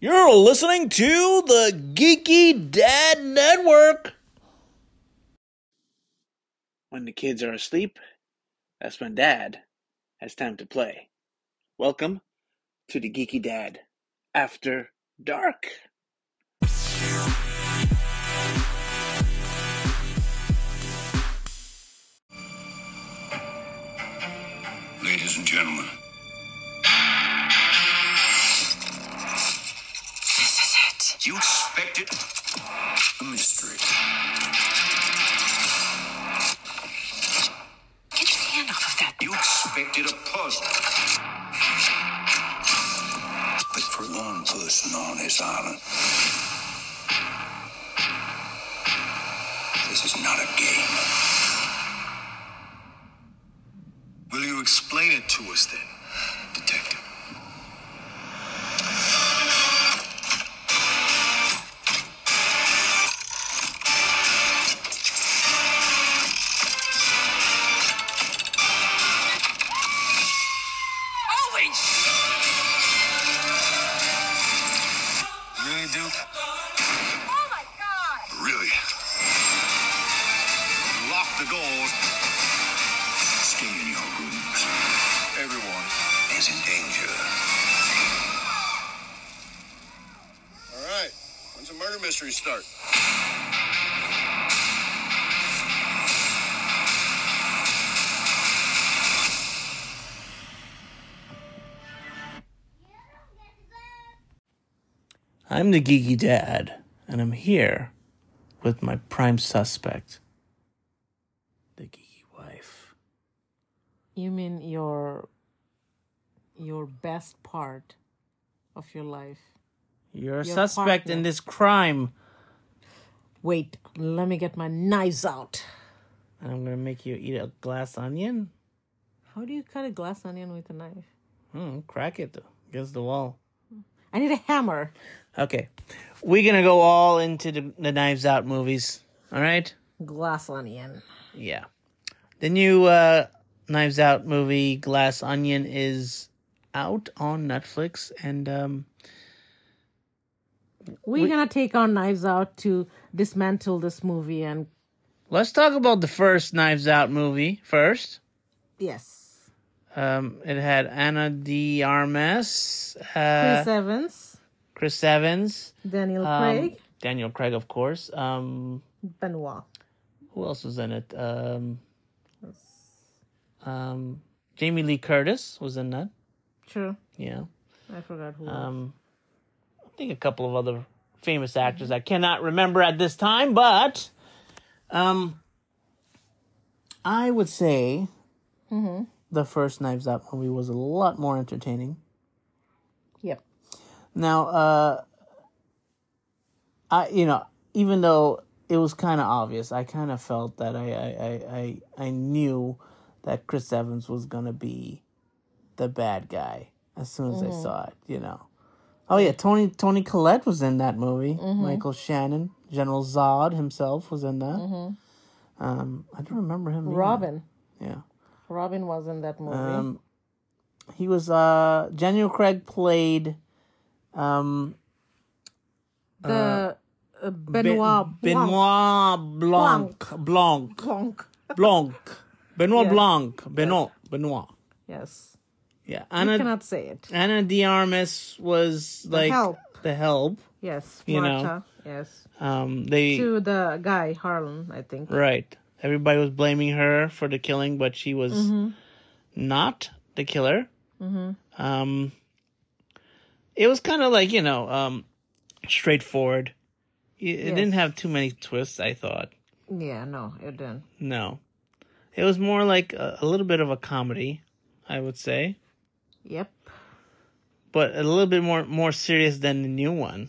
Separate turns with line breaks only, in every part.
You're listening to the Geeky Dad Network.
When the kids are asleep, that's when dad has time to play. Welcome to the Geeky Dad After Dark.
Ladies and gentlemen,
This is it.
you expected a mystery.
Get your hand off of that.
You expected a puzzle. But for one person on this island, this is not a game. Will you explain it to us then, Detective?
Holy
Really, Duke?
Oh my god!
Really? Lock the doors. Stay in your rooms. Everyone is in danger. All right. When's the murder mystery start?
I'm the Geeky Dad, and I'm here with my prime suspect, the Geeky Wife.
You mean your your best part of your life.
You're a
Your
suspect in
partner.
this crime,
Wait, let me get my knives out.
and I'm gonna make you eat a glass onion.
How do you cut a glass onion with a knife?
Hmm, crack it against the wall.
I need a hammer.
Okay, we're gonna go all into the, the Knives Out movies. All right.
Glass onion.
Yeah. The new uh, Knives Out movie, Glass Onion, is out on Netflix, and um,
We're gonna take our knives out to dismantle this movie and
let's talk about the first Knives Out movie first.
yes.
Um, it had Anna de Armas,
Chris
uh,
Evans,
Chris Evans,
Daniel
um,
Craig,
Daniel Craig, of course. Um,
Benoit.
who else was in it? Um, um, Jamie Lee Curtis was in that.
True.
Yeah.
I forgot who.
Um, I think a couple of other famous actors I cannot remember at this time, but um, I would say the first Knives Out movie was a lot more entertaining.
yep.
Now, uh, I you know even though it was kind of obvious, I kind of felt that I I, I I I knew that Chris Evans was gonna be the bad guy as soon as I saw it. You know. Oh yeah, Tony Tony Collette was in that movie. Michael Shannon, General Zod himself was in that. Um, I don't remember him. either.
Robin.
Yeah.
Robin was in that movie.
Um, he was uh Daniel Craig played um
the uh, Benoit.
Ben- Benoit Blanc Blanc
Blanc.
Blanc Benoit
Yeah.
Blanc Benoit Benoit
Yes.
yeah
I
Anna
cannot say it.
Anna Diarmas was like
help.
the help
Yes,
You know.
Martha. Yes,
um they
to the guy Harlan, I think.
right everybody was blaming her for the killing but she was
Mm-hmm.
not the killer um it was kind of like you know um straightforward it, it didn't
Yes.
have too many twists I thought
Yeah, no, it didn't.
No. It was more like a, a little bit of a comedy, I would say,
Yep.
but a little bit more more serious than the new one.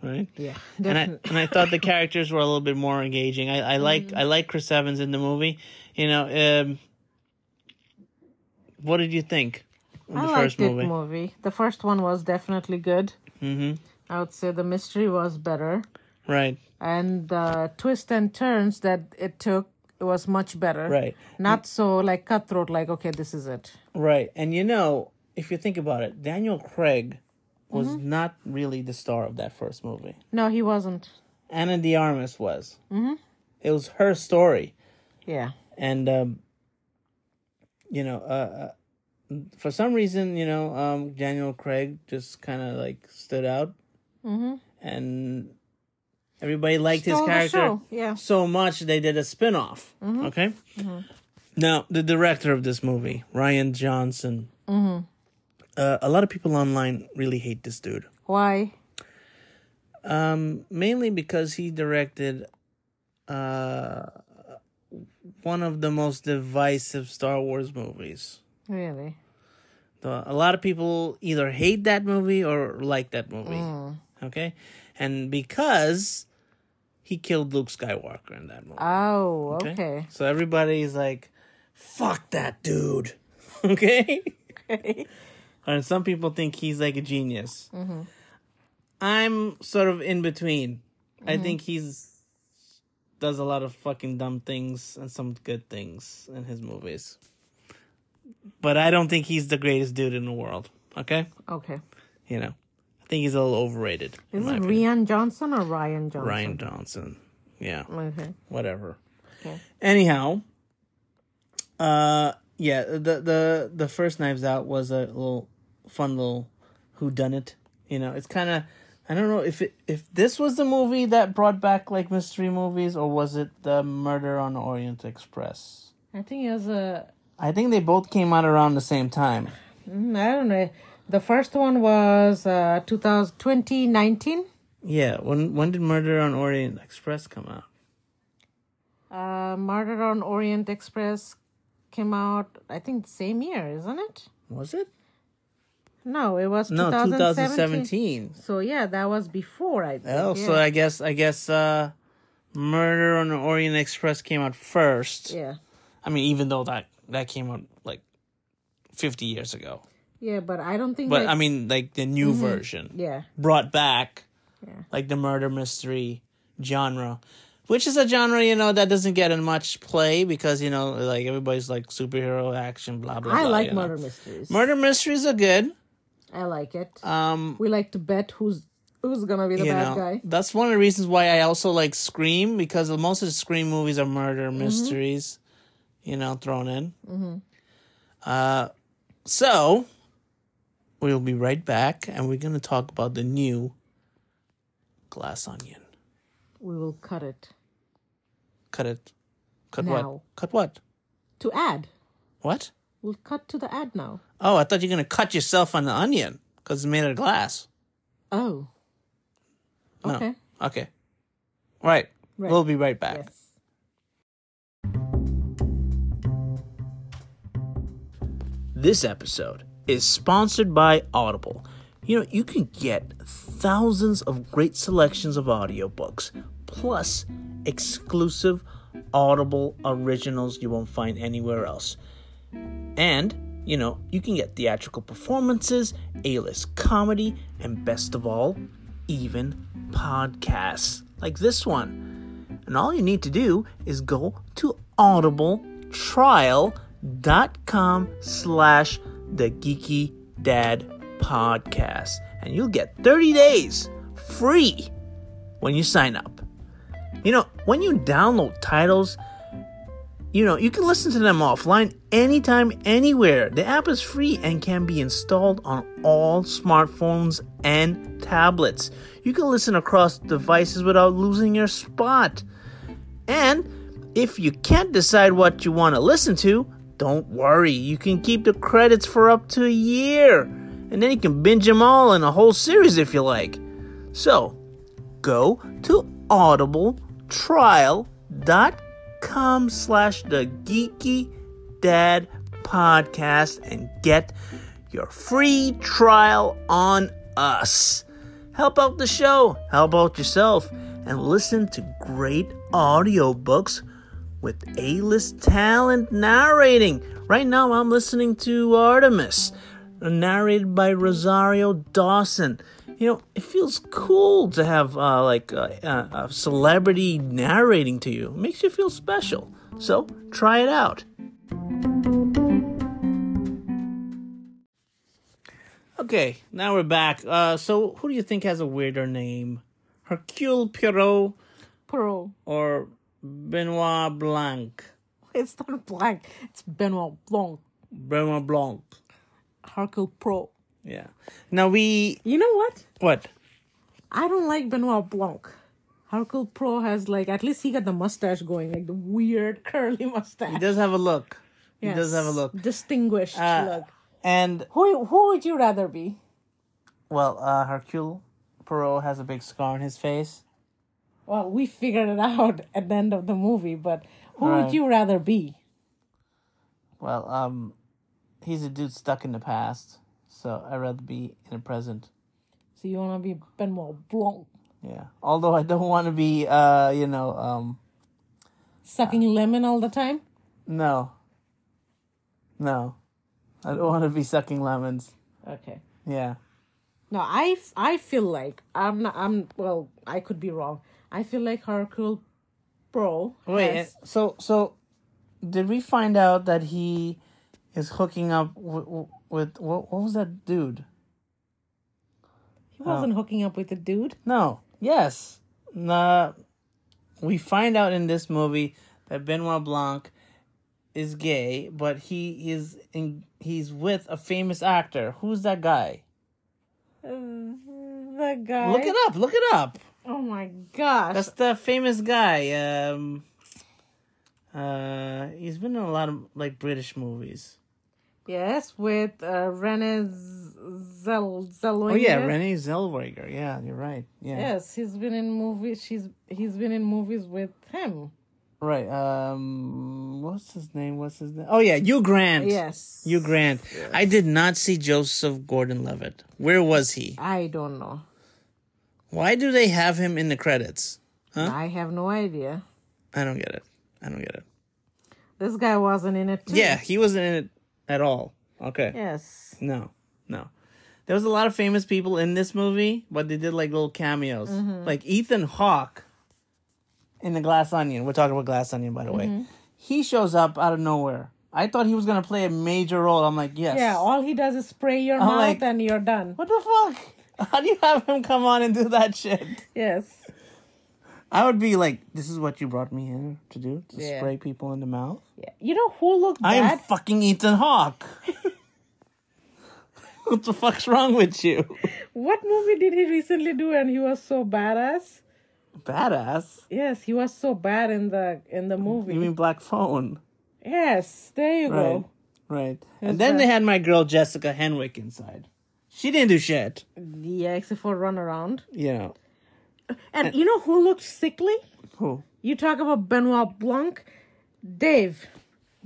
Right?
Yeah,
And I
definitely. Mm-hmm.
and I thought the characters were a little bit more engaging. I, I like I like Chris Evans in the movie. You know, um what did you think of the
I
first
liked
movie?
it movie. The first one was definitely good. Mm-hmm. I would say the mystery was better,
Right.
and the twists and turns that it took was much better.
Right.
Not so like cutthroat. Like okay, this is it.
Right. And you know, if you think about it, Daniel Craig was
Mm-hmm.
not really the star of that first movie.
No, he wasn't.
Anna de Armas was. Mm-hmm. It was her story,
Yeah.
and um, you know, uh, uh, for some reason, you know, um, Daniel Craig just kind of like stood out, mm-hmm. and everybody liked
Stole the
his character
show, yeah. Mm-hmm.
so much they did a spin-off. Okay. Now the director of this movie, Ryan Johnson. Mm-hmm. Uh, a lot of people online really hate this dude.
Why?
mainly because he directed uh one of the most divisive Star Wars movies.
Really?
The- a lot of people either hate that movie or like that movie. Okay? And because he killed Luke Skywalker in that movie.
Oh, okay.
So everybody's like, fuck that dude. Okay? and some people think he's like a genius.
Mm-hmm.
I'm sort of in between. I
Mm-hmm.
think he's does a lot of fucking dumb things and some good things in his movies. But I don't think he's the greatest dude in the world. Okay?
Okay.
You know. I think he's a little overrated. in
Is
my
it
opinion.
Rian Johnson or Ryan Johnson? Oh
Ryan Johnson. Yeah
Okay.
whatever.
Okay.
Anyhow, uh, yeah, the the the first Knives Out was a little fun little who done it. You know, it's kind of I don't know if it, if this was the movie that brought back like mystery movies or was it the Murder on Orient Express.
I think it was uh, a.
I think they both came out around the same time.
mm, I don't know. The first one was uh, 2000, 2019.
Yeah, when when did Murder on Orient Express come out?
Uh, Murder on Orient Express came out, I think, same year, isn't it?
Was it?
No, it was
No, 2017.
2017. So, yeah, that was before, I think.
Oh,
yeah.
so I guess I guess uh Murder on the Orient Express came out first.
Yeah.
I mean, even though that that came out like fifty years ago,
Yeah, but I don't think.
but
that-
I mean, like the new version
Mm-hmm. Yeah.
brought back like the murder mystery genre, which is a genre you know that doesn't get in much play because you know like everybody's like superhero action blah blah.
I
blah,
like
you know.
murder mysteries.
Murder mysteries are good.
I like it.
Um,
we like to bet who's who's gonna be the
you
bad
know,
guy.
That's one of the reasons why I also like Scream because most of the Scream movies are murder
Mm-hmm.
mysteries, you know, thrown in. Mm-hmm. Uh, so we'll be right back, and we're gonna talk about the new Glass Onion.
We will cut it
Cut it. Cut what?
Now.
Cut what?
to ad.
What?
We'll cut to the ad now.
Oh, I thought you were gonna cut yourself on the onion because it's made out of glass.
Oh.
No.
Okay.
Okay. Right.
Right.
We'll be right back.
Yes.
This episode is sponsored by Audible. You know, you can get thousands of great selections of audiobooks, plus exclusive Audible originals you won't find anywhere else. And, you know, you can get theatrical performances, A list comedy, and best of all, even podcasts like this one. And all you need to do is go to audibletrial.com slash the geeky dad podcast. And you'll get 30 days free when you sign up. You know, when you download titles, you know, you can listen to them offline anytime, anywhere. The app is free and can be installed on all smartphones and tablets. You can listen across devices without losing your spot. And if you can't decide what you want to listen to, don't worry. You can keep the credits for up to a year. And then you can binge them all in a whole series if you like. So, go to audibletrial.com slash the geeky dad podcast and get your free trial on us help out the show help out yourself and listen to great audiobooks with a-list talent narrating right now i'm listening to artemis narrated by rosario dawson you know it feels cool to have uh, like a, a, a celebrity narrating to you it makes you feel special so try it out Okay, now we're back. Uh, so who do you think has a weirder name, Hercule Poirot
Perot.
or Benoit Blanc?
It's not black. It's Benoit Blanc.
Benoit Blanc.
Hercule Pro.
Yeah. Now we
You know what?
what?
I don't like Benoit Blanc. Hercule Pro has like at least he got the mustache going, like the weird curly
He
mustache.
does have a look. He does have a
Yes.
look.
Distinguished
Uh,
look.
And
Who who would you rather be?
well, uh, Hercule Poirot has a big scar on his face.
Well, we figured it out at the end of the movie, but who
Right.
would you rather be?
Well, um, he's a dude stuck in the past, so I'd rather be in the present.
So you wanna be Benoit Blanc
Yeah. Although I don't want to be, uh, you know, um,
sucking
Uh.
lemon all the time?
no. No, I don't want to be sucking lemons.
Okay.
Yeah.
No, I, f- I feel like I'm not, I'm well I could be wrong. I feel like Hercule Pro.
Wait.
has-
eh, So so, did we find out that he is hooking up w- w- with what? What was that dude?
he
Oh.
wasn't hooking up with a dude.
No. Yes. Nah. We find out in this movie that Benoit Blanc is gay, but he is in, he's with a famous actor. Who's that guy?
The guy.
Look it up. Look it up.
Oh my gosh.
That's the famous guy. Um. Uh, he's been in a lot of like British movies.
yes, with uh, Renée Zell Zellweger.
Oh yeah, Renee Zellweger. Yeah, you're right. Yeah.
Yes, he's been in movies. She's he's been in movies with him.
Right. Um. What's his name? What's his name? Oh yeah, Hugh Grant.
Yes.
Hugh Grant. I did not see Joseph Gordon-Levitt. Where was he?
I don't know.
Why do they have him in the credits?
I have no idea.
I don't get it. I don't get it.
This guy wasn't in it too.
Yeah, he wasn't in it at all. Okay.
Yes.
No. No. There was a lot of famous people in this movie, but they did like little cameos.
Mm-hmm.
Like Ethan Hawke in The Glass Onion. We're talking about Glass Onion by the
Mm-hmm.
way. He shows up out of nowhere. I thought he was going to play a major role. I'm like, yes. Oh,
Yeah, all he does is spray your mouth
like-
and you're done.
What the fuck? How do you have him come on and do that shit?
Yes.
I would be like, this is what you brought me here to do? To
Yeah.
spray people in the mouth?
Yeah. You know who looked
I am
bad?
fucking Ethan Hawke. what the fuck's wrong with you?
what movie did he recently do and he was so badass?
Badass.
Yes, he was so bad in the in the movie.
You mean Black Phone?
yes, there you
Right.
go.
Right. and then they had my girl Jessica Henwick inside. She didn't do shit.
Yeah, except for runaround.
You know.
And you know who looked sickly?
Who?
You talk about Benoit Blanc, Dave.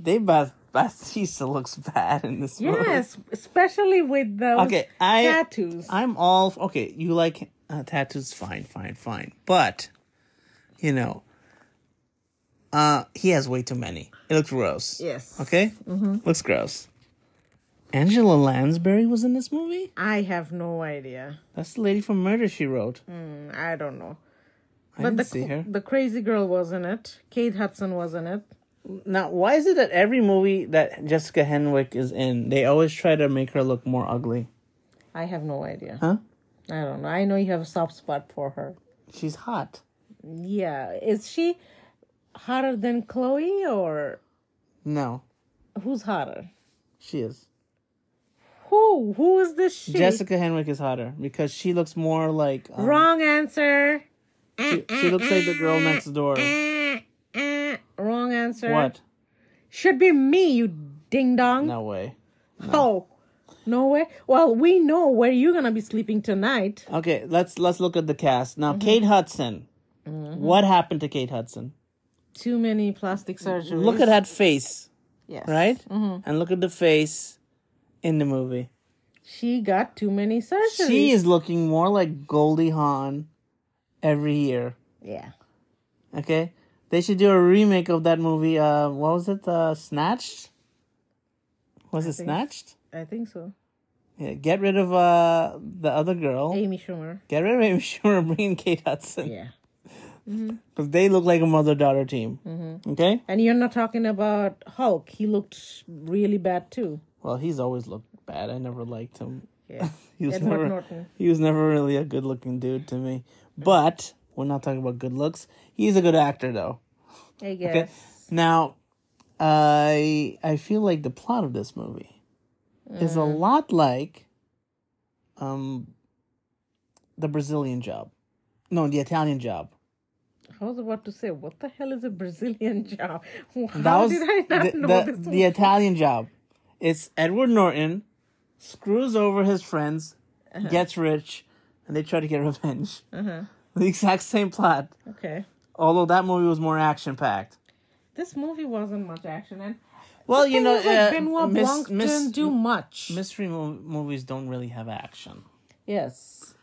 Dave Bas- Batista looks bad in this movie.
Yes, especially with those
Okay, I-
tattoos.
I'm all f- okay. You like uh, tattoos? Fine, fine, fine. But you know, uh, he has way too many. It looks gross.
yes. Mm-hmm.
Okay. Looks gross. Angela Lansbury was in this movie.
I have no idea.
That's the lady from Murder She Wrote.
I don't know.
I didn't
Mm. the,
see her.
the crazy girl was in it. Kate Hudson was in it.
Now, why is it that every movie that Jessica Henwick is in, they always try to make her look more ugly?
I have no idea. Huh? I don't know. I know you have a soft spot for her.
She's hot.
Yeah. Is she hotter than Chloe or
No,
who's hotter?
she is.
Who? Who is this she?
Jessica Henwick is hotter because she looks more like um,
Wrong answer.
She, she looks like the girl next door.
Eh, Wrong answer.
What?
Should be me, you ding dong.
No way.
Oh. No way. Well, we know where you're gonna be sleeping tonight.
Okay, let's let's look at the cast now.
Mm-hmm.
Kate Hudson. What happened to Kate Hudson?
Too many plastic surgeries.
Look at that face,
Yes. Mm-hmm.
right? And look at the face in the movie.
She got too many surgeries.
She is looking more like Goldie Hawn every year.
Yeah.
Okay, they should do a remake of that movie. Uh, what was it? Uh, Snatched. Was it Snatched?
I think so.
Yeah. Get rid of uh the other girl.
Amy Schumer.
Get rid of Amy Schumer. and Bring in Kate Hudson.
Yeah.
Because they look like a mother daughter team.
Mm-hmm.
Okay?
And you're not talking about Hulk. He looked really bad too.
Well, he's always looked bad. I never liked him.
Yeah.
He was
Edward
never
Norton.
he was never really a good looking dude to me. But we're not talking about good looks. He's a good actor though.
I guess.
Okay. Now, I I feel like the plot of this movie is
Mm.
a lot like, um, the Brazilian Job, no, the Italian Job.
I was about to say, what the hell is a Brazilian job? How
That was
did I not
the,
know
the,
this?
the
one?
Italian Job. It's Edward Norton screws over his friends,
Uh-huh.
gets rich, and they try to get revenge. The exact same plot,
okay.
although that movie was more action packed.
This movie wasn't much action, and
Well, you
Thing
know,
is,
uh,
like Benoit
Miss-
Blanc
Miss-
didn't do much.
mystery mo- movies don't really have action.
yes,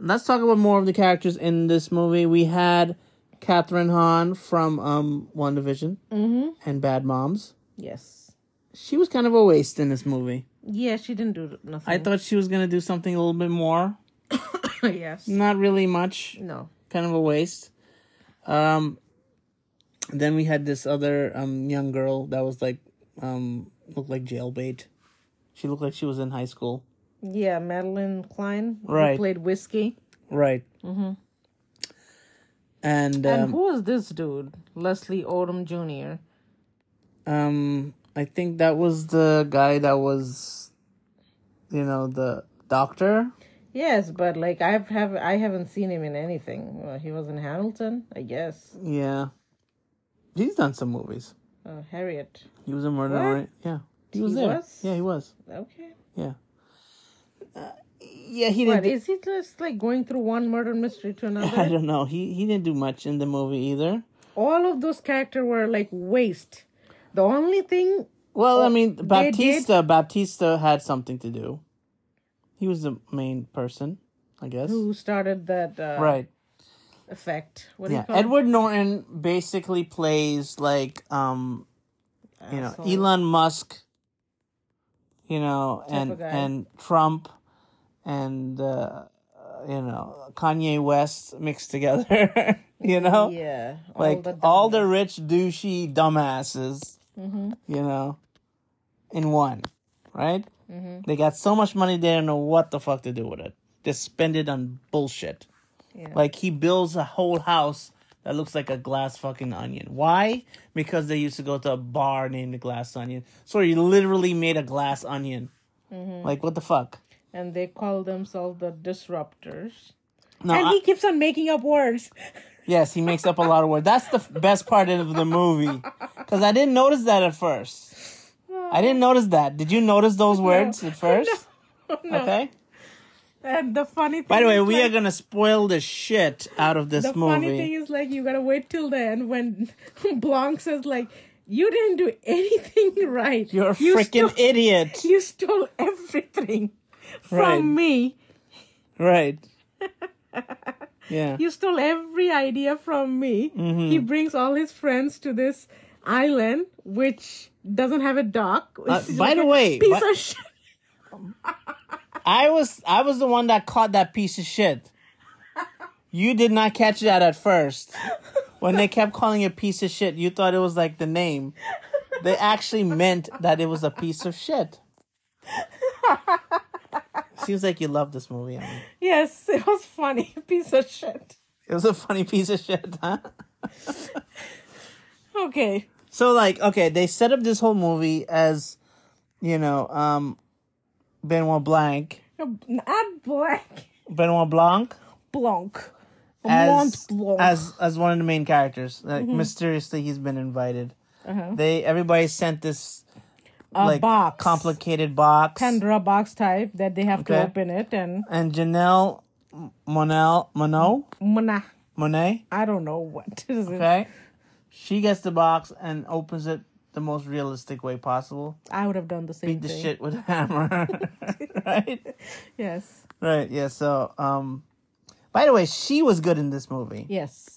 Let's talk about more of the characters in this movie. We had Catherine Hahn from um, One Division and Bad Moms.
yes,
She was kind of a waste in this movie.
yeah. She didn't do nothing.
I thought she was gonna do something a little bit more.
yes,
Not really much.
no.
Kind of a waste. Um, then we had this other um young girl that was like um looked like jailbait. She looked like she was in high school.
Yeah, Madeline Klein, who
Right.
played whiskey.
Right. Mm-hmm. And
And
um,
who is this dude? Leslie Odom Jr.
Um, I think that was the guy that was, you know, the doctor.
Yes, but like I've have I haven't seen him in anything. Well, he was in Hamilton, I guess.
Yeah, he's done some movies.
Uh, Harriet.
He was in Murder.
What?
Orient- Yeah, he was
He
there.
was?
Yeah, he was.
Okay.
Yeah. Uh, yeah, he didn't.
What
do-
is he just like going through one murder mystery to another?
I don't know. He he didn't do much in the movie either.
All of those characters were like waste. The only thing
Well, I mean,
they
Baptista Baptista had something to do. He was the main person, I guess.
who started that uh,
Right.
effect. What do
Yeah.
you call
Edward Norton basically plays like um
it?
you know
Asshole.
Elon Musk, you know, and
of guy.
and Trump, and uh, you know Kanye West mixed together. you know,
Yeah. all
like
the
all the
dumb-
rich douchey dumbasses.
Mm-hmm.
You know, in one, right?
Mm-hmm.
They got so much money they don't know what the fuck to do with it. They spend it on bullshit.
Yeah.
Like he builds a whole house that looks like a glass fucking onion. Why? Because they used to go to a bar named the Glass Onion. So he literally made a glass onion.
Mm-hmm.
Like what the fuck?
and they call themselves the disruptors.
No,
and
Uh, I-
he keeps on making up words.
yes, he makes up a lot of words. That's the f- best part of the movie because I didn't notice that at first. I didn't notice that. Did you notice those words at first? Okay.
And the funny thing
By the way,
is,
we
like,
are gonna spoil the shit out of this
the
movie.
funny thing is like you gotta wait till the end when Blanc says like you didn't do anything right.
You're a
You
freaking
stole-
idiot.
You stole everything from
Right.
me.
Right. yeah.
You stole every idea from me.
Mm-hmm.
He brings all his friends to this island which doesn't have a dock. It's
Uh, by the
a
way,
piece
by-
of shit.
I was I was the one that caught that piece of shit. You did not catch that at first. When they kept calling it piece of shit, you thought it was like the name. They actually meant that it was a piece of shit. Seems like you love this movie. Emily.
Yes, it was funny. Piece of shit.
It was a funny piece of shit, huh?
Okay.
So like, okay, they set up this whole movie as, you know, um, Benoit Blanc,
Not black.
Benoit Blanc,
Blanc.
as,
Mont Blanc.
as as one of the main characters. Like
Mm-hmm.
mysteriously, he's been invited. They everybody sent this
Uh-huh. a
like
box.
complicated box,
Pandora box type that they have to
Okay.
open it and
and Janelle Monel Mono
Mona.
Monet.
I don't know what is it.
Okay, she gets the box and opens it the most realistic way possible.
I would have done the same
Beat the
thing.
shit with a hammer, right?
Yes.
Right. Yeah. So, um, by the way, she was good in this movie.
Yes.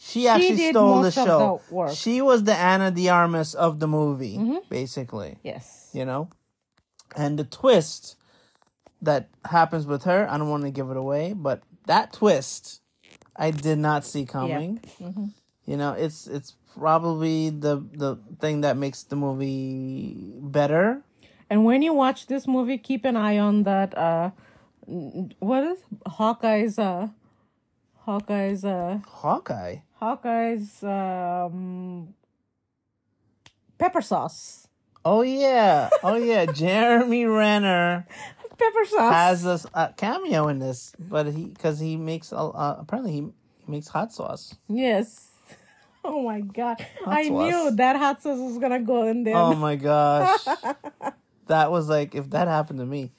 She actually
did
stole the
most of
show.
the work. Mm-hmm.
She was the Anna de Armas of the movie, basically.
Yes.
You know, and the twist that happens with her, I don't want to give it away, but that twist, I did not see coming. You know, it's it's probably the the thing that makes the movie better
And when you watch this movie, keep an eye on that. Uh, n- what is Hawkeye's? Uh, Hawkeye's. Uh,
Hawkeye.
Hawkeye's. Um, pepper sauce.
Oh yeah, oh yeah. Jeremy Renner
Pepper sauce.
has a s- a cameo in this, but he because he makes a- uh, apparently he makes hot sauce.
yes. Oh my god! I
sauce.
knew that hot sauce was gonna go in there.
Oh my gosh, that was like if that happened to me.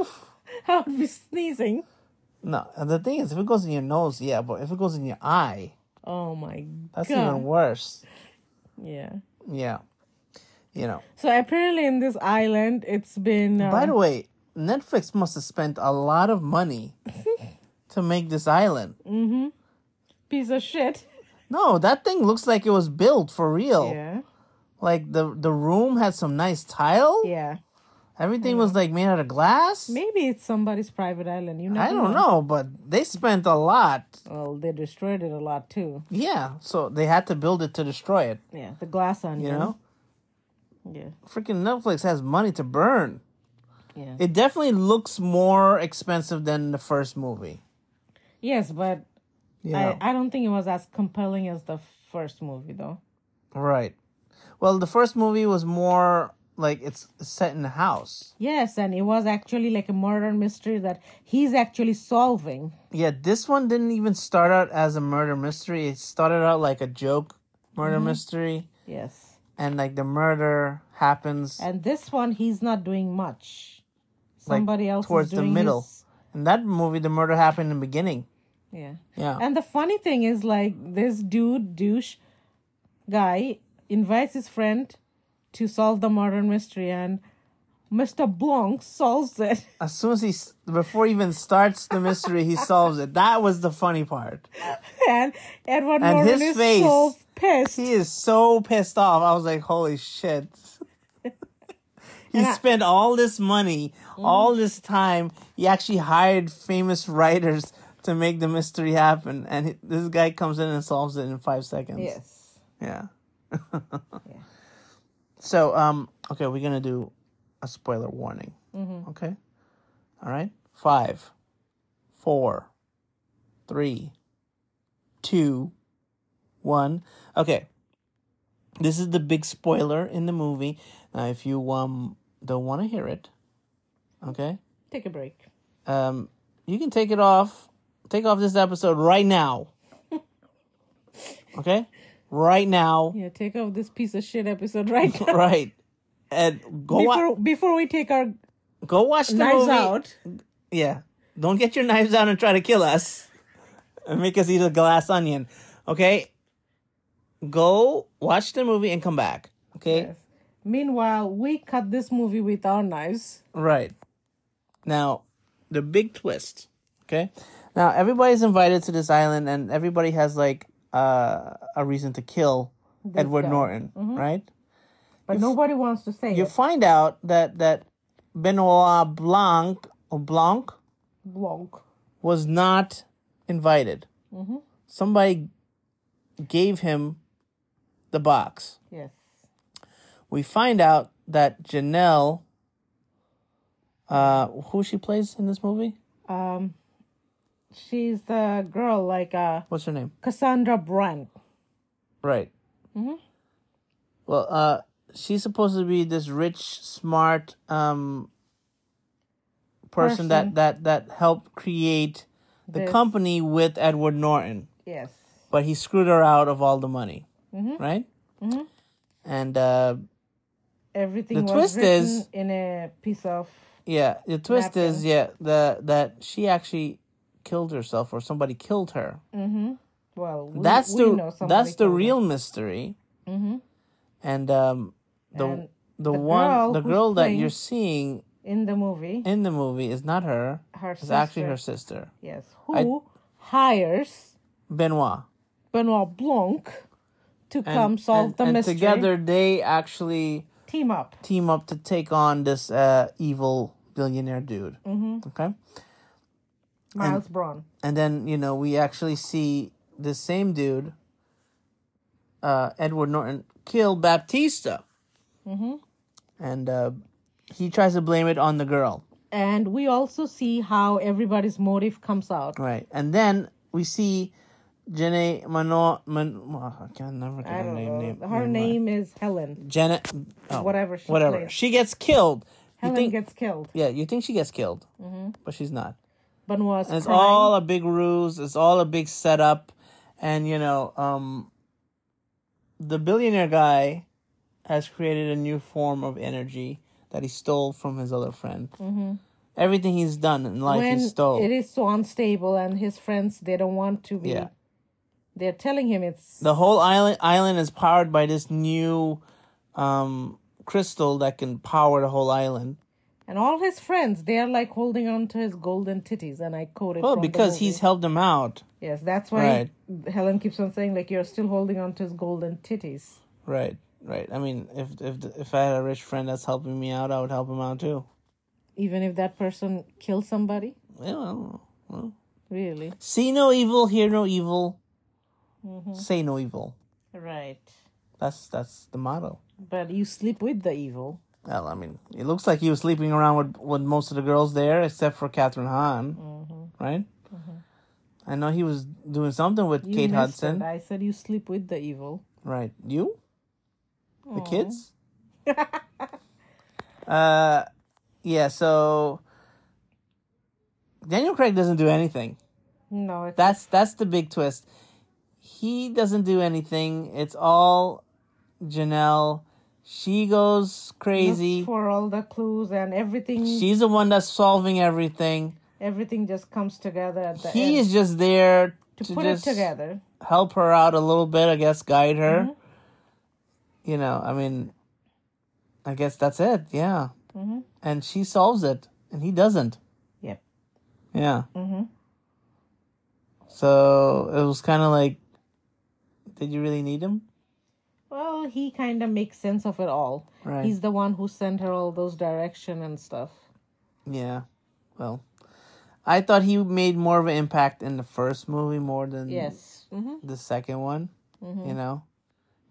I would be sneezing.
No, and the thing is, if it goes in your nose, yeah, but if it goes in your eye,
Oh my
that's
god!
even worse.
Yeah.
Yeah, you know.
So apparently, in this island, it's been. Uh,
By the way, Netflix must have spent a lot of money to make this island.
piece of shit.
No, that thing looks like it was built for real.
Yeah.
Like the the room had some nice tile.
Yeah.
Everything was like made out of glass.
Maybe it's somebody's private island. You know.
I don't know, but they spent a lot.
Well, they destroyed it a lot too.
Yeah, so they had to build it to destroy it.
Yeah, the glass on
You know,
Yeah.
freaking Netflix has money to burn.
Yeah.
It definitely looks more expensive than the first movie.
yes, but
You know?
I, I don't think it was as compelling as the first movie though.
right. Well, the first movie was more like it's set in a house.
Yes, and it was actually like a murder mystery that he's actually solving.
Yeah, this one didn't even start out as a murder mystery. It started out like a joke murder
Mm-hmm.
mystery,
Yes.
and like the murder happens
And this one he's not doing much.
like
Somebody else is
towards the
doing
middle.
his-
In that movie, the murder happened in the beginning.
yeah.
Yeah,
And the funny thing is, like, this dude, douche guy, invites his friend to solve the murder mystery, and Mr. Blanc solves it.
as soon as he s- before he even starts the mystery, he solves it. That was the funny part.
And Edward
And
Norton
his
is
face.
so pissed.
He is so pissed off. I was like, holy shit. He spent all this money, all this time. He actually hired famous writers to make the mystery happen, and he- this guy comes in and solves it in five seconds.
yes.
Yeah. So, um, okay, we're gonna do a spoiler warning. Okay. All right. Five, four, three, two, one. Okay. This is the big spoiler in the movie. Now, if you um don't want to hear it, okay,
Take a break.
um, you can take it off. Take off this episode right now. okay, right now
Yeah, take off this piece of shit episode right now.
right. And go
before,
wa-
before we take our
go watch the
knives
movie.
out.
Yeah. Don't get your knives out and try to kill us. And make us eat a glass onion. Okay? Go watch the movie and come back. Okay?
Yes. Meanwhile, we cut this movie with our knives.
Right. Now, the big twist. Okay? Now everybody's invited to this island and everybody has like uh, a reason to kill Edward
guy. Mm-hmm.
Norton, right?
But nobody wants to say
You
it.
find out that that Benoit Blanc or Blanc
Blanc.
was not invited.
Mm-hmm.
Somebody gave him the box.
Yes.
We find out that Janelle, uh, who she plays in this movie?
Um, she's the girl like uh
What's her name?
Cassandra Brandt.
Right.
Mm-hmm.
Well, uh, she's supposed to be this rich, smart um, person,
Person.
That, that that helped create the
This.
company with Edward Norton.
Yes.
but he screwed her out of all the money,
Mm-hmm.
right? And uh,
Everything
The
was
twist
written
is-
in a piece of
yeah, the twist
Napkin.
is yeah the that she actually killed herself or somebody killed her.
well. Mm-hmm. We,
that's
we
the
know somebody
that's the
killed her. Mm-hmm.
real mystery. And um, the
And
the,
the
one
girl
the
who's
girl that
playing-
you're seeing
in the movie.
in the movie is not her.
Her
it's actually
sister.
her sister,
Yes. Who hires
Benoit.
Benoit Blanc to
And-
come solve
and-
the
and
mystery?
together they actually
team up.
team up to take on this uh, evil billionaire dude. Mm-hmm. Okay.
Miles Braun.
and then you know we actually see the same dude uh edward norton kill baptista mm-hmm. and uh he tries to blame it on the girl.
And we also see how everybody's motive comes out.
Right. And then we see Jenny Mano. Man, oh, I can never get
I
her
don't
name.
know.
name
Uh, Her name is Helen.
Janet. oh,
Whatever she
whatever.
plays.
She gets killed.
Helen
you think,
gets killed.
yeah, you think she gets killed, mm-hmm. but she's not.
Benoit's
And it's
crying.
all a big ruse. It's all a big setup. And, you know, um, the billionaire guy has created a new form of energy that he stole from his other friend. Mm-hmm. Everything he's done in life,
when
he stole.
it is so unstable and his friends they don't want to be
Yeah.
they're telling him it's
the whole island island is powered by this new um crystal that can power the whole island
and all his friends they are like holding on to his golden titties and i quoted
well
from the
because he's
movie.
helped them out
yes that's why helen keeps on saying like you're still holding on to his golden titties
right right i mean if if if i had a rich friend that's helping me out i would help him out too
even if that person kills somebody
yeah, I don't know.
really
see no evil hear no evil
Mm-hmm.
say no evil
right
that's that's the motto
but you sleep with the evil
well i mean it looks like he was sleeping around with with most of the girls there except for catherine hahn
Mm-hmm.
right i know he was doing something with
You
kate
missed
hudson
it. i said you sleep with the evil
Right. You? The kids? uh yeah, so Daniel Craig doesn't do anything.
no it's
That's that's the big twist. He doesn't do anything. It's all Janelle. She goes
looks
crazy.
for all the clues and everything
She's the one that's solving everything.
everything just comes together at the
He
end
is just there to,
to put
just
it together
help her out a little bit, I guess, guide her.
Mm-hmm.
You know, I mean, I guess that's it. Yeah.
Mm-hmm.
And she solves it, and he doesn't.
Yep.
Yeah. Mm-hmm. So it was kind of like, did you really need him?
Well, he kind of makes sense of it all.
Right. Mm.
He's the one who sent her all those direction and stuff.
Yeah. Well, I thought he made more of an impact in the first movie more than
Yes. Mm-hmm. hmm
the second one. You know,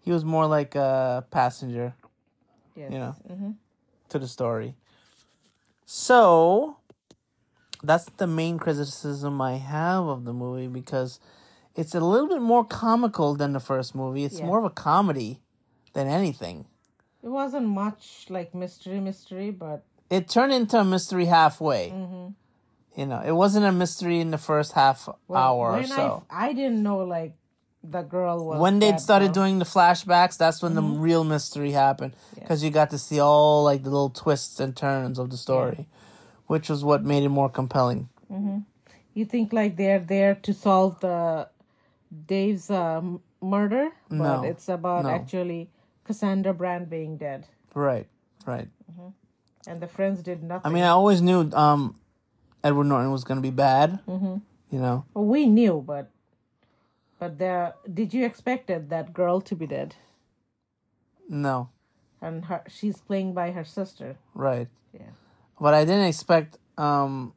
he was more like a passenger.
Yes. Mm.
you know,
Mm-hmm.
to the story. So that's the main criticism I have of the movie because it's a little bit more comical than the first movie. It's
Yeah.
more of a comedy than anything.
It wasn't much like mystery, mystery, but
It turned into a mystery halfway. You know, it wasn't a mystery in the first half
Mm-hmm. well,
hour or
when
so.
I, I didn't know like the girl was. Mm-hmm.
when they
that
started
girl.
doing the flashbacks, that's when the real mystery happened because you got to see all like the little twists and turns of the story, which was what made it more compelling.
you think like they're there to solve the Dave's uh, m- murder, but
No.
it's about
No.
actually Cassandra Brand being dead,
Right, right.
and the friends did nothing.
I mean, I always knew um, Edward Norton was going to be bad. Mm-hmm. You know,
Well, we knew, but but the did you expected that girl to be dead?
no,
and her she's playing by her sister.
right.
Yeah.
But I didn't expect um,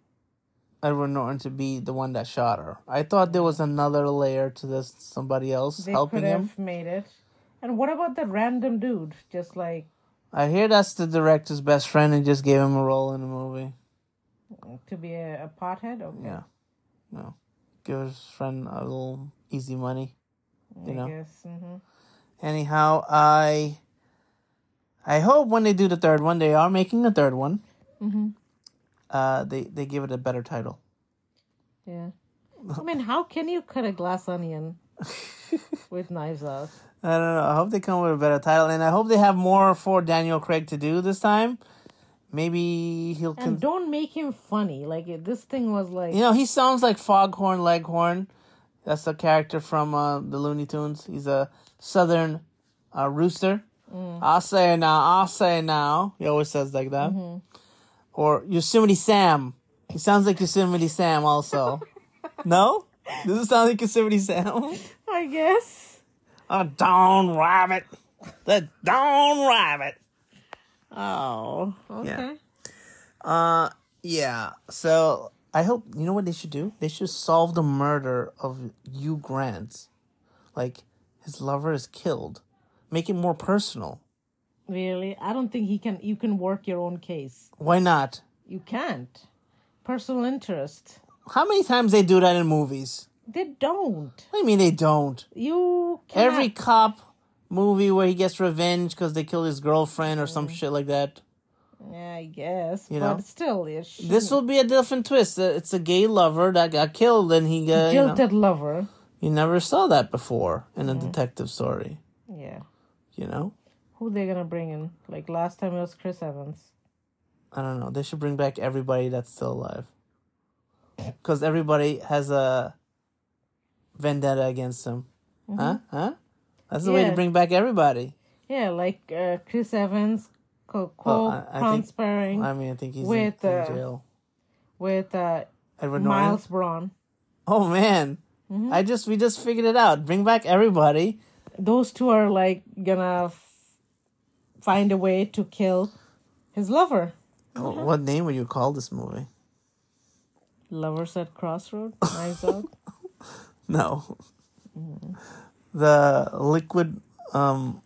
Edward Norton to be the one that shot her. I thought there was another layer to this. Somebody else
They
helping
could
him.
have made it. And what about that random dude? Just like
I hear that's the director's best friend and just gave him a role in the movie.
to be a, a pothead? Okay.
Yeah. No. Give his friend a little easy money. You know.
Yes. hmm
Anyhow, I I hope when they do the third one, they are making the third one. Mm-hmm. Uh, they they give it a better title.
Yeah. I mean, how can you cut a glass onion with knives out?
I don't know. I hope they come with a better title, and I hope they have more for Daniel Craig to do this time. Maybe he'll.
And
Con-
don't make him funny. Like it- this thing was like
you know, he sounds like Foghorn Leghorn. That's the character from uh, the Looney Tunes. He's a southern uh, rooster. I'll say it now. I'll say it now. He always says like that. Or Yosemite Sam. He sounds like Yosemite Sam also. no? Does it sound like Yosemite Sam?
I guess.
A down rabbit. The down rabbit. Oh. Uh,
Okay.
Yeah. So I hope you know what they should do. They should solve the murder of Hugh Grant. Like his lover is killed. Make it more personal.
Really? I don't think he can you can work your own case.
Why not?
You can't. Personal interest.
How many times they do that in movies?
They don't.
I mean, they don't.
You can't.
Every cop movie where he gets revenge because they killed his girlfriend or some shit like that.
Yeah, I guess.
You
but
know?
still, it should-
This will be a different twist. Uh, It's a gay lover that got killed, and he got you, know,
jilted lover.
you never saw that before in a detective story.
Yeah.
You know,
Who they gonna bring in? Like last time it was Chris Evans.
I don't know. They should bring back everybody that's still alive, because everybody has a vendetta against him. Huh? Huh? That's the way to
Mm-hmm. Yeah.
bring back everybody.
Yeah, like uh, Chris Evans co
Well, Oh, I- I think-
conspiring
I mean, I think he's in-
With,
in,
uh,
jail.
with uh,
Edward Norton.
Miles Mm-hmm. Braun.
Oh man, I just we just figured it out. Bring back everybody.
Those two are like gonna f- find a way to kill his lover. Mm-hmm.
Wh- What name would you call this movie?
Lovers at Crossroad. Knives Out.
No. The liquid. Um,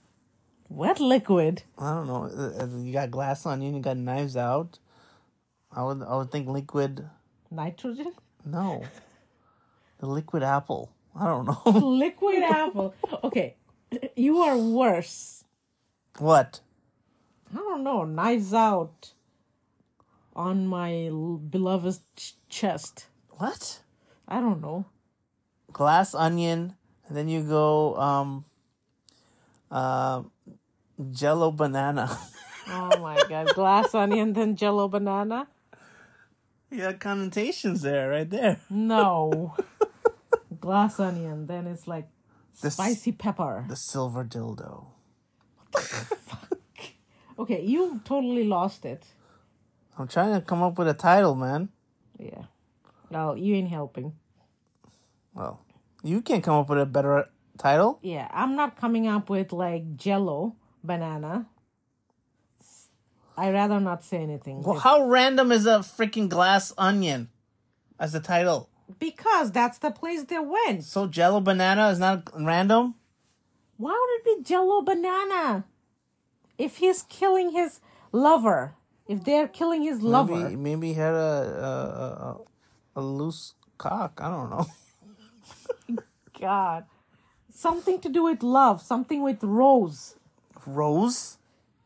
Wet liquid.
I don't know. uh, uh, You got glass on you. and You got knives out. I would. I would think liquid.
Nitrogen.
No. The liquid apple. I don't know.
Liquid apple. Okay, you are worse.
what?
I don't know. Knives out on my l- beloved's ch- chest.
What?
I don't know.
Glass onion, and then you go um. Uh, Jello banana.
Oh my god. Glass onion, then jello banana?
yeah, connotations there, right there.
No. Glass onion, then it's like
The s-
spicy pepper.
The silver dildo.
Okay, you totally lost it.
I'm trying to come up with a title, man.
Yeah. Well, you ain't helping.
Well, you can't come up with a better title.
Yeah, I'm not coming up with like jello banana. I rather not say anything.
Well, how random is a freaking glass onion as a title?
Because that's the place they went.
So Jello Banana is not random.
Why would it be Jello banana? If he's killing his lover, if they're killing his lover,
Maybe, maybe he had a a, a a loose cock. I don't know.
God, something to do with love, something with rose.
Rose,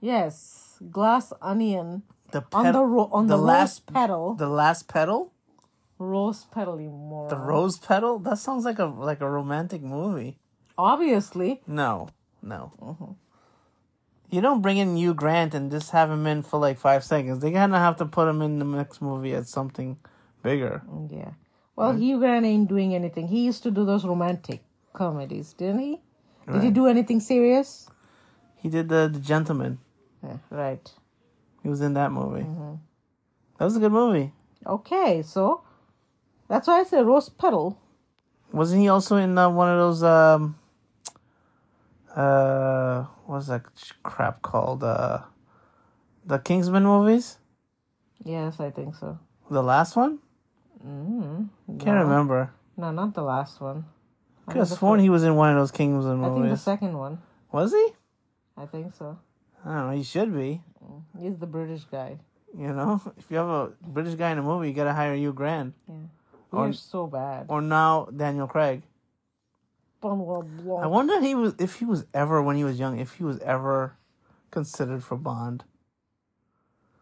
Yes, glass onion
the
on
pet-
the ro- on the, last petal,
the last petal,
rose petal, you moron.
the rose petal. That sounds like a like a romantic movie.
Obviously,
No, no.
Mm-hmm.
You don't bring in Hugh Grant and just have him in for like five seconds. They're gonna have to put him in the next movie as something bigger.
yeah. Well, Hugh Grant ain't doing anything. He used to do those romantic comedies, didn't he? Did he do anything serious?
He did the, the Gentleman.
Yeah, right.
He was in that movie.
Mm-hmm.
That was a good movie.
Okay, so that's why I say rose petal.
Wasn't he also in uh, one of those um uh what's that ch- crap called uh the Kingsman movies?
Yes, I think so.
The last one? Mm, Can't remember.
Mm-hmm. No, not the last one.
I could have sworn he was in one of those Kingsman
I think the
movies.
second one.
Was he?
I think so.
I don't know. He should be.
He's the British guy.
You know, if you have a British guy in a movie, you gotta hire Hugh Grant
We're so bad.
or now Daniel Craig.
Bonwell
I
Blanc.
wonder he was if he was ever when he was young if he was ever considered for Bond.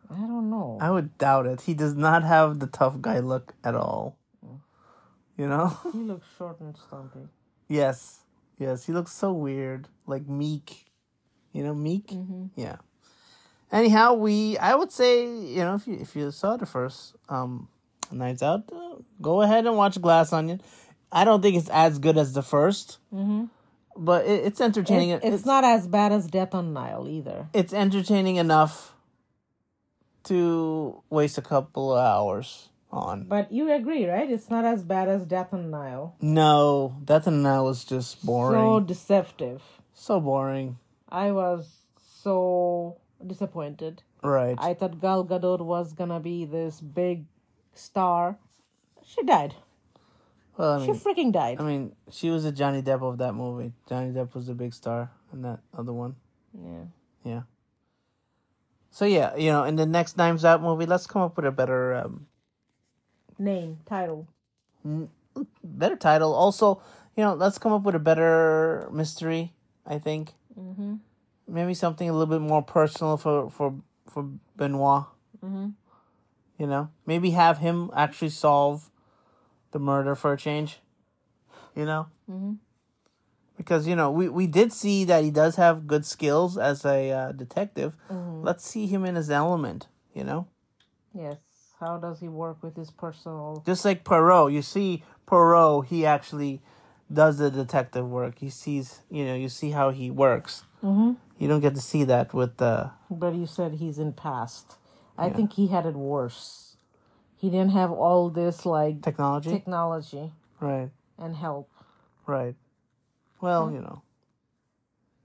I don't know.
I would doubt it. He does not have the tough guy look at all. You know?
He looks short and stumpy.
yes, yes. He looks so weird, like meek. You know, meek.
Mm-hmm.
Yeah. Anyhow, we I would say you know if you if you saw the first um, Knives Out, uh, go ahead and watch Glass Onion. I don't think it's as good as the 1st but it, it's entertaining.
Mm-hmm. It- it's, not as bad as Death on Nile either.
it's entertaining enough to waste a couple of hours on.
But you agree, right? It's not as bad as Death on Nile.
No, that and I was just
So
boring.
deceptive.
So boring.
I was so disappointed.
Right.
I thought Gal Gadot was gonna be this big star. She died.
well, I
She
mean,
freaking died.
I mean, she was the Johnny Depp of that movie. Johnny Depp was the big star in that other one.
yeah.
Yeah. So yeah, you know, in the next Knives Out movie, let's come up with a better um,
Name, title.
better title. Also, you know, let's come up with a better mystery. I think maybe something a little bit more personal for for for Benoit. You know, maybe have him actually solve the murder for a change. You know, because you know we we did see that he does have good skills as a uh, detective. Let's see him in his element. You know.
Yes. How does he work with his personal?
Just like Poirot, you see Poirot, he actually does the detective work. He sees, you know, you see how he works. Mm-hmm. You don't get to see that with the.
But you said he's in past. I think he had it worse. He didn't have all this like
Technology?
technology
Right,
and help.
right. Well, you know,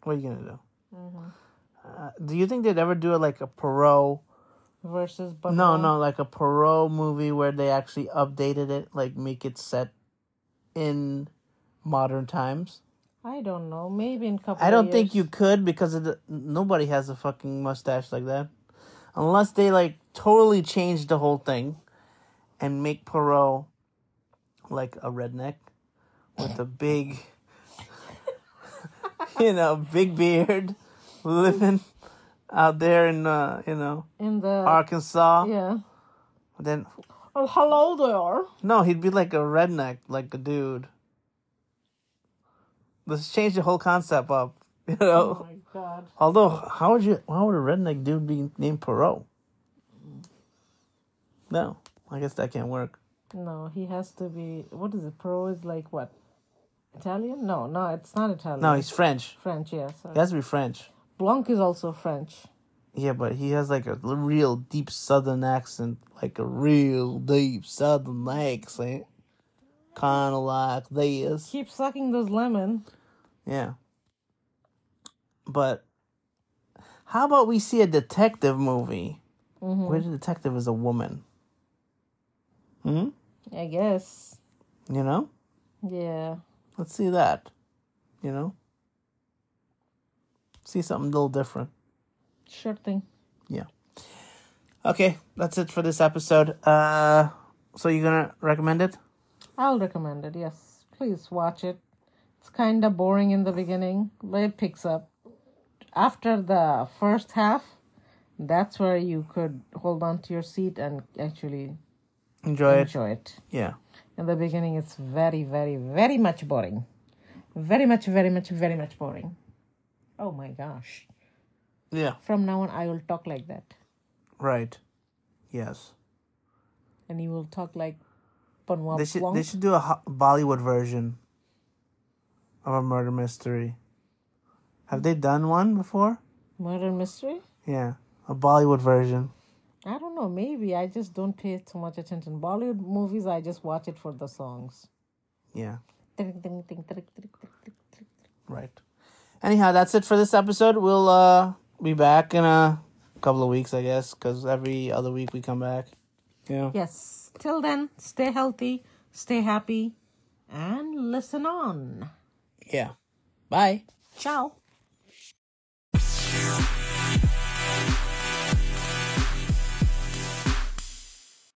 what are you gonna do? Uh, do you think they'd ever do like a Poirot?
Versus, but
No, no, like a Poirot movie where they actually updated it, like make it set in modern times.
I don't know. Maybe in couple.
I
of
don't think you
years.
could because of the, nobody has a fucking mustache like that, unless they like totally change the whole thing, and make Perot like a redneck with a big, you know, big beard, living out there in uh, you know
in the
Uh, Arkansas.
yeah.
Then
Oh, hello there.
no, he'd be like a redneck, like a dude. Let's change the whole concept up, you know.
Oh my god.
Although, how would you? How would a redneck dude be named Perot? No, I guess that can't work.
No, he has to be. What is it? Pro is like what? Italian? No, no, it's not Italian.
No, he's French.
French. Yeah. Sorry.
He has to be French.
Blanc is also French.
Yeah, but he has like a l- real deep Southern accent, like a real deep Southern accent, kind of like this.
Keep sucking those lemon.
Yeah. But how about we see a detective movie where the detective is a woman?
I guess.
You know,
Yeah.
let's see that. You know? See something a little different.
Sure thing.
Yeah. Okay, that's it for this episode. Uh so you're gonna recommend it?
I'll recommend it. Yes. Please watch it. It's kind of boring in the beginning, but it picks up. After the first half, that's where you could hold on to your seat and actually
Enjoy it.
enjoy it.
Yeah.
In the beginning, it's very, very, very much boring. Very much, very much, very much boring. Oh my gosh.
Yeah.
From now on, I will talk like that.
Right. Yes.
And you will talk like Benoit
They should
Blanc.
they should do a ho- Bollywood version of a murder mystery. Have they done one before?
Murder mystery?
Yeah. A Bollywood version.
I don't know. Maybe I just don't pay too much attention. Bollywood movies, I just watch it for the songs.
Yeah.
Tick, tick, tick, tick, tick, tick, tick, tick.
Right. Anyhow, that's it for this episode. We'll uh be back in a couple of weeks, I guess, because every other week we come back. Yeah.
Yes. Till then, stay healthy, stay happy, and listen on.
Yeah. Bye.
Ciao.